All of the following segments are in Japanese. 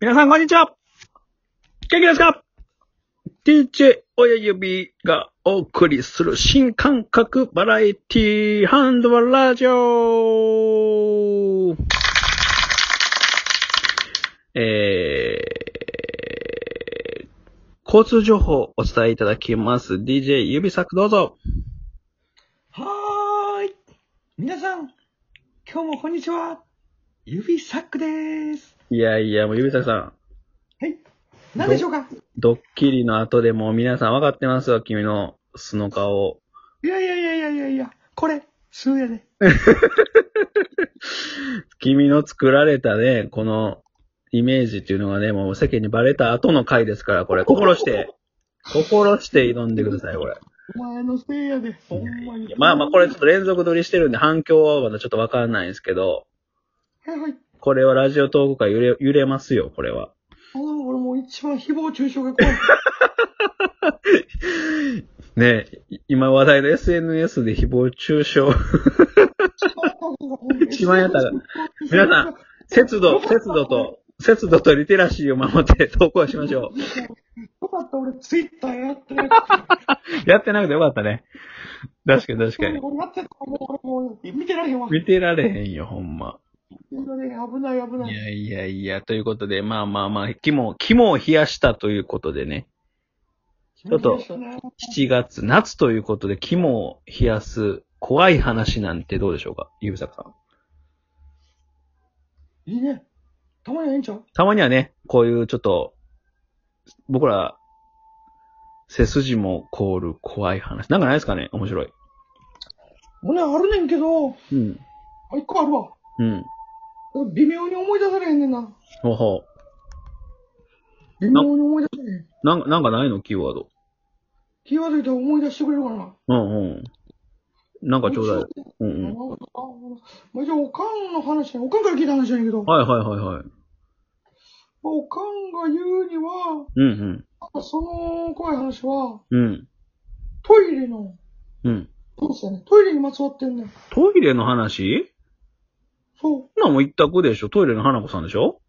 皆さん、こんにちは元気ですか ?DJ 親指がお送りする新感覚バラエティハンドバラジオえー、交通情報をお伝えいただきます。DJ 指作どうぞはーい。皆さん、今日もこんにちは。指サックでーす。いやいや、もう指作さん、はい。何でしょうかドッキリの後でもう皆さん分かってますわ、君の素の顔。いやいやいやいやいやいや、これ、数やで。君の作られたね、このイメージっていうのがね、もう世間にバレた後の回ですから、これ、心して、心して挑んでください、これ。お前のせいやで、ほんまに。まあまあ、これちょっと連続撮りしてるんで、反響はまだちょっとわかんないんですけど、はいはい。これはラジオトーク界揺れ、揺れますよ、これは。あの、俺もう一番誹謗中傷が 怖い。ねい今話題の SNS で誹謗中傷。 一番やったら皆さん、節度、節度と、節度とリテラシーを守って投稿しましょう。よかった、俺ツイッターやってない。やってなくてよかったね。確かに確かに。俺やってたもう、俺もう、見てられへんわ。見見てられへんよ、ほんま。てられへん、危ない危ないい。やいやいや、ということで、まあまあまあ、肝を、肝を冷やしたということでね、ちょっと7月、夏ということで、肝を冷やす怖い話なんてどうでしょうか、ゆうさくさん。いいね。たまにはいいんちゃうたまにはね、こういうちょっと、僕ら、背筋も凍る怖い話。なんかないですかね面白い。俺あるねんけど、うん。あ、一個あるわ。うん。微妙に思い出されへんねんな。ほうほ微妙に思い出されへん。う。なんか、なんかないのキーワード。キーワード言うと思い出してくれるかな。うんうん。なんかちょうだい。うんうあん。のあのまあ、じゃあ、おかんの話ね、おかんから聞いた話やねんけど、はいはいはいはい。おかんが言うには、うんその怖い話は、うん。うん。トイレの、うん。そうですよね、トイレにまつわってんねん。トイレの話そう、そんなんもう一択でしょトイレの花子さんでしょ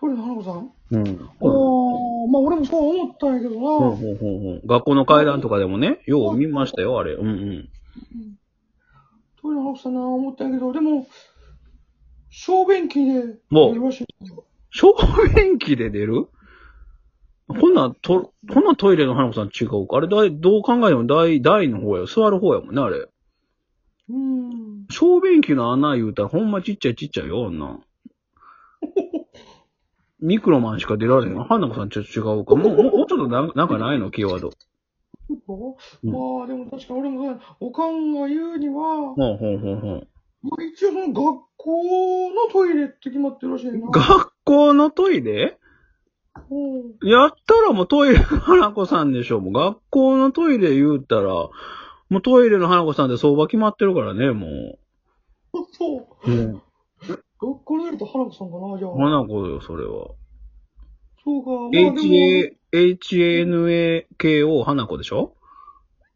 トイレの花子さん、うん。あーまあ、俺もそう思ったんやけどな、ほうほうほうほう学校の階段とかでもね、よう見ましたよ、あれ。うんうん。トイレの花子さんな、思ったんやけど、でも、小便器で、もうやりましたよ小便器で出るこんなん、と、こんなんトイレの花子さん違うか。あれ、だいどう考えても大、大の方やよ。座る方やもんね、あれ。うん。小便器の穴言うたらほんまちっちゃいちっちゃいよ、あんなん。 ミクロマンしか出られへんわ。花子さんちょっと違うか。もう、もうもうちょっとなんなんかないのキーワード。そうまあでも確か俺もおかんが言うには、ほうほうほうほう。まあ、一応その学校のトイレって決まってるらしいな。学校のトイレうんやったらもうトイレの花子さんでしょ。もう学校のトイレ言うたら、もうトイレの花子さんで相場決まってるからね、もそう。う。学校のやると花子さんかな、じゃあ。花子よ、それは。そうか、まあでも。 h a HANAKO 花子でしょ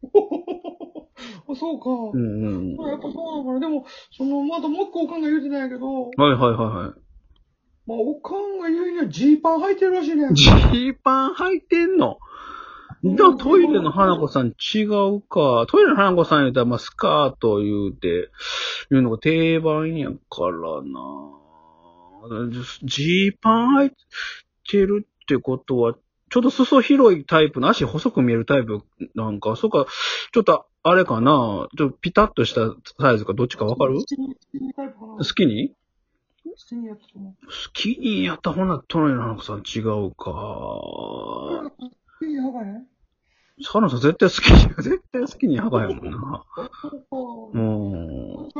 あそうか。うんうんうん。まあやっぱそうなのかな。でも、その、まだもう一個おかんが言うてないけど、はいはいはいはまあ、おかんが言うにはジーパン履いてるらしいねい。。ジーパン履いてんのじゃあトイレの花子さん違うか。トイレの花子さん言うたら、まあ、スカート言うて、いうのが定番やからな。ジーパン履いてるってことは、ちょっと裾広いタイプの足細く見えるタイプなんか、そうか、ちょっとあれかな。ちょっとピタッとしたサイズかどっちかわかるスキニータイプかな。スキニスキニーやつと思ースキニーやったらほな、トイレの花子さん違うか。う。スキニー履かへんサナさん絶対好き に、絶対好きにはかへんもんな。そううか。ん。違うか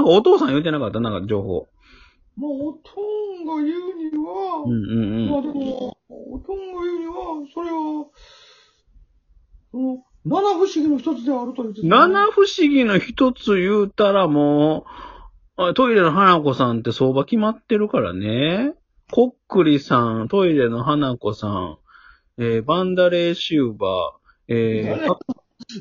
なんかお父さん言うてなかったなんか情報。まあ、おとんが言うには、うんうんまうあん。でも、おとんが言うには、それは、その、七不思議の一つであると言ってた七不思議の一つ言うたらもう、あトイレの花子さんって相場決まってるからね。コックリさん、トイレの花子さん、えー、バンダレーシューバー、えー、あ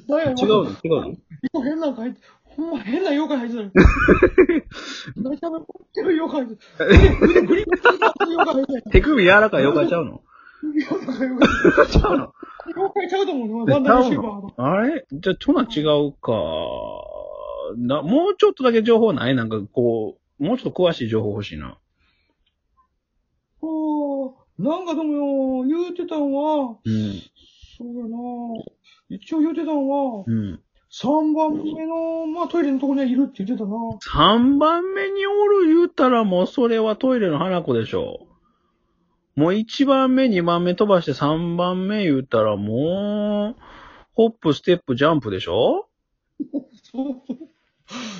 誰や違うの違うの変なんか入って、ほんま変な妖怪入ってた。めちゃめちゃ凝ってる妖怪入ってた。腕グリップついた妖怪入ってた。手首柔らかいよかちゃうの妖怪妖怪ちゃうの妖怪ちゃうと思うちな。ゃうバンダムシーバーのあれじゃあ、トナ違うか。な、もうちょっとだけ情報ないなんかこう、もうちょっと詳しい情報欲しいな。の。あーなんかでもよ、言うてたんは、うん。そうやな一応言うてたんは、うん。 3番目の、まあトイレのところにはいるって言ってたな。 3番目におる言うたらもうそれはトイレの花子でしょう。もう1番目、2番目飛ばして3番目言うたらもう、ホップ、ステップ、ジャンプでしょそう。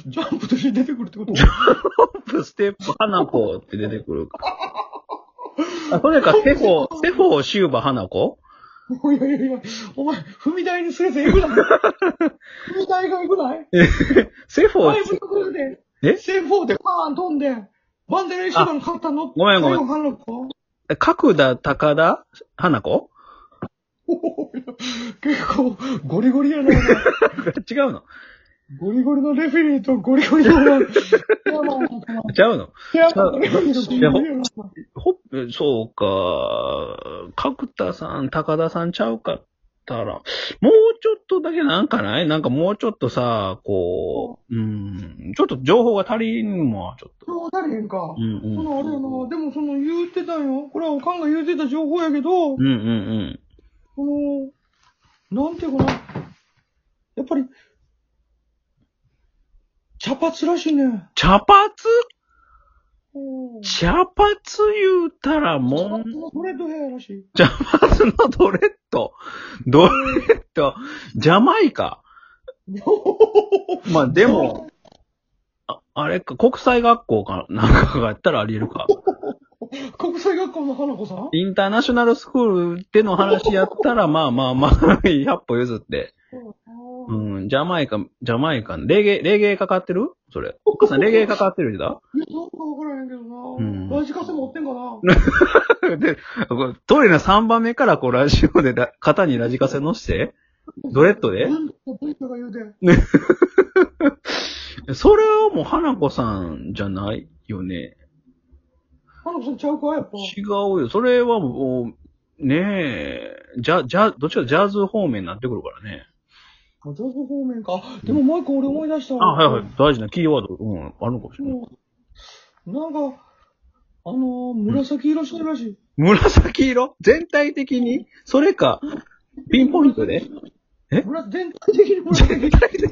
ジャンプとして出てくるってことホップ、ステップ、花子って出てくるから。あ、それか、セフォー、セフォー、シューバ、花子いやいやいや、お前、踏み台にすればよくない踏み台がよくないセフォだーい、ぶくで、えセーフォーでパーン飛んで、バンデレーシーバーの勝ったのごめんごめん最後反応角田、高田、花子 結構、ゴリゴリやな。違うのゴリゴリのレフェリーとゴリゴリの、まあまあまあ違うのペアのレフェリーとゴリゴリのほそうか、角田さん、高田さんちゃうかったら、もうちょっとだけなんかないなんかもうちょっとさ、こう、うん、ちょっと情報が足りんわ、ちょっと。そうなれへんかう。んうそん。のあれやな、でもその言うてたんよ。これはおかんが言うてた情報やけど、うんうんこの、なんていうかな。やっぱり、茶髪らしいね。茶髪うん茶髪言うたら茶もう髪、のトレッドヘアらしい。茶髪のドレッド。ドレッド。ジャマイカ。まあでも、ああれか、国際学校か なんかがやったらあり得るか。国際学校の花子さんインターナショナルスクールでの話やったら、 まあまあまあ、100歩譲って。うん、ジャマイカ、ジャマイカ、レゲエ、レゲエかかってるそれ。奥さん、レゲエかかってるんだいや、なんかわからへんけどんな。ラジカセ持ってんかな。 で、トイレの3番目からこうラジオでだ、肩にラジカセ乗して、ドレッドで文化が言うて。それはもう花子さんじゃないよね。花子さんちゃうかやっぱ。違うよ。それはもう、ねえ、じゃ、じゃ、どっちかジャズ方面になってくるからね。あ上層方面か。でももう一個俺思い出したあ、わ。はいはい。大事なキーワード、うん、あるのかもしれない。もうなんか、あのー、紫色してるらしい。紫色全体的にそれか、ピンポイント でえむら全体的に紫色。全体的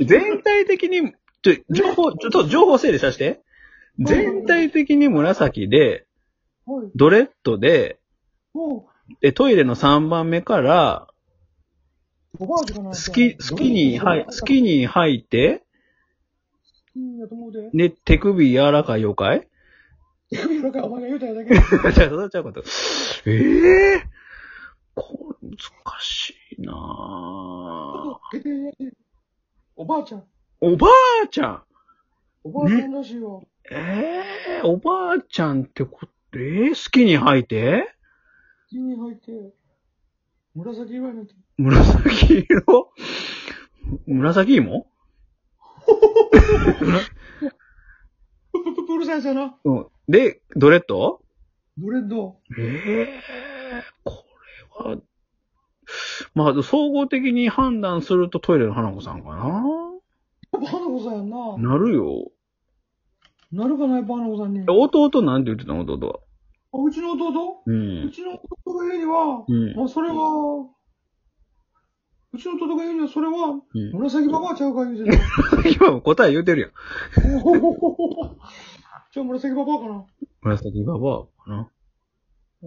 に全体的に、ちょ、情報、ちょっと情報整理させて。全体的に紫で、はい。ドレッドで、もで、トイレの3番目から、う、おばあちゃんかな。スキ、スキニー、はい、スキニー履いて、好きやと思うで。で、手首柔らかい 妖怪指の中お前が言うたやだけ。じゃあ、それちゃうこと。ええこれ、難しいなぁ。おばあちゃん。おばあちゃんおばあちゃんらしいよ。ええおばあちゃんってこと、ええ好きに履いて地に入って、紫色になって。紫色紫芋ププププうるさいやつやな。うん。で、ドレッドドレッド。ええこれは、まあ、総合的に判断するとトイレの花子さんかなやっぱ花子さんやんな。なるよ。なるかな、やっぱ花子さんに。あ、弟なんて言ってたの弟は。うちの弟う。うんちの弟が言うには、うんまあそれは、うちの弟が言うには、それは、うん紫ババアちゃうか言うてる。今答え言うてるやん。おほほほほじゃあ紫ババアかな。紫ババアかな。お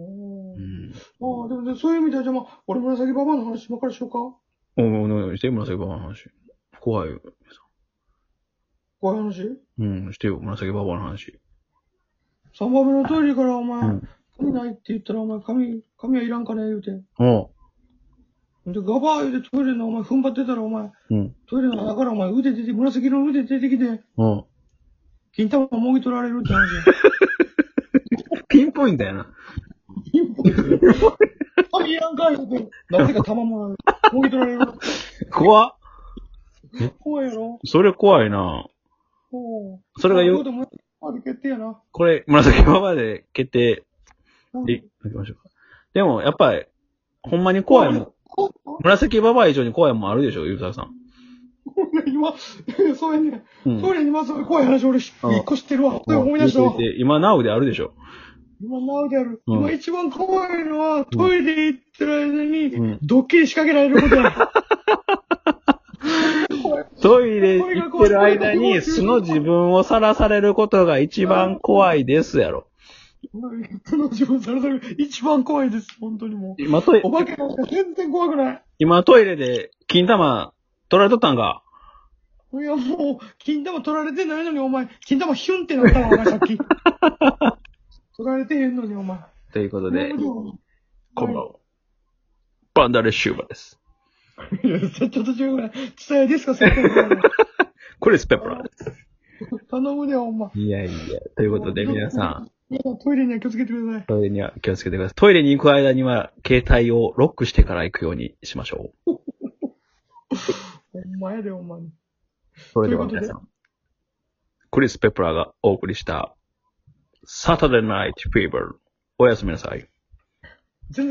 うーん。ああ、でもね、そういう意味では、じゃあまあ、俺紫ババアの話ばっかりしようか。おおおして、紫ババアの話。怖いよ。こういう話。うん、してよ、紫ババアの話。三番目のトイレから、おう前ん、髪ないって言ったら、お前、髪、髪はいらんかね、言うて。おう。で、ガバー言うてトイレの、お前、踏ん張ってたら、お前、うん。トイレの中から、お前、腕出て、紫色の腕出てきて、おう。金玉もぎ取られるって話。 ピンポイントやな。あ、いらんかいって。なぜか玉もらう。もぎ取られる。怖っ。怖いやろそれ怖いな。おうそれがあよ、でもあれ決定やな。これ、紫ババで決定うんでいきましょうか。でも、やっぱり、ほんまに怖いもん。こ紫ババ以上に怖いもんあるでしょ、ゆうたさん。これ今、 そうやね。うん。それ今、それ怖い話俺し、うん一個知ってるわ。それもう思い出した言わう。て今、ナウであるでしょ。今、ナウである。うん今一番怖いのは、トイレ行ってる間うにん、ドッキリ仕掛けられることや。トイレ行ってる間に素の自分をさらされることが一番怖いですやろ。その自分されたら一番怖いです、本当にも今トイう。お化けなんか全然怖くない。今トイレで金玉取られとったんか。いや、もう、金玉取られてないのに、お前、金玉ヒュンってなったわ、お前、さっき。取られてへんのに、お前。ということで、こんばんは。は。バンダレシューバです。いやちょっと違うぐらい。伝えですか、それ。クリス・ペプラーです。頼むで、ほんま。いやいや。ということで皆さん、皆さんトイレには気をつけてください。トイレには気をつけてください。トイレに行く間には携帯をロックしてから行くようにしましょう。ほんまやで、ほんまに。それでは皆さん、クリス・ペプラーがお送りした、サタデーナイト・フィーバー。おやすみなさい。全然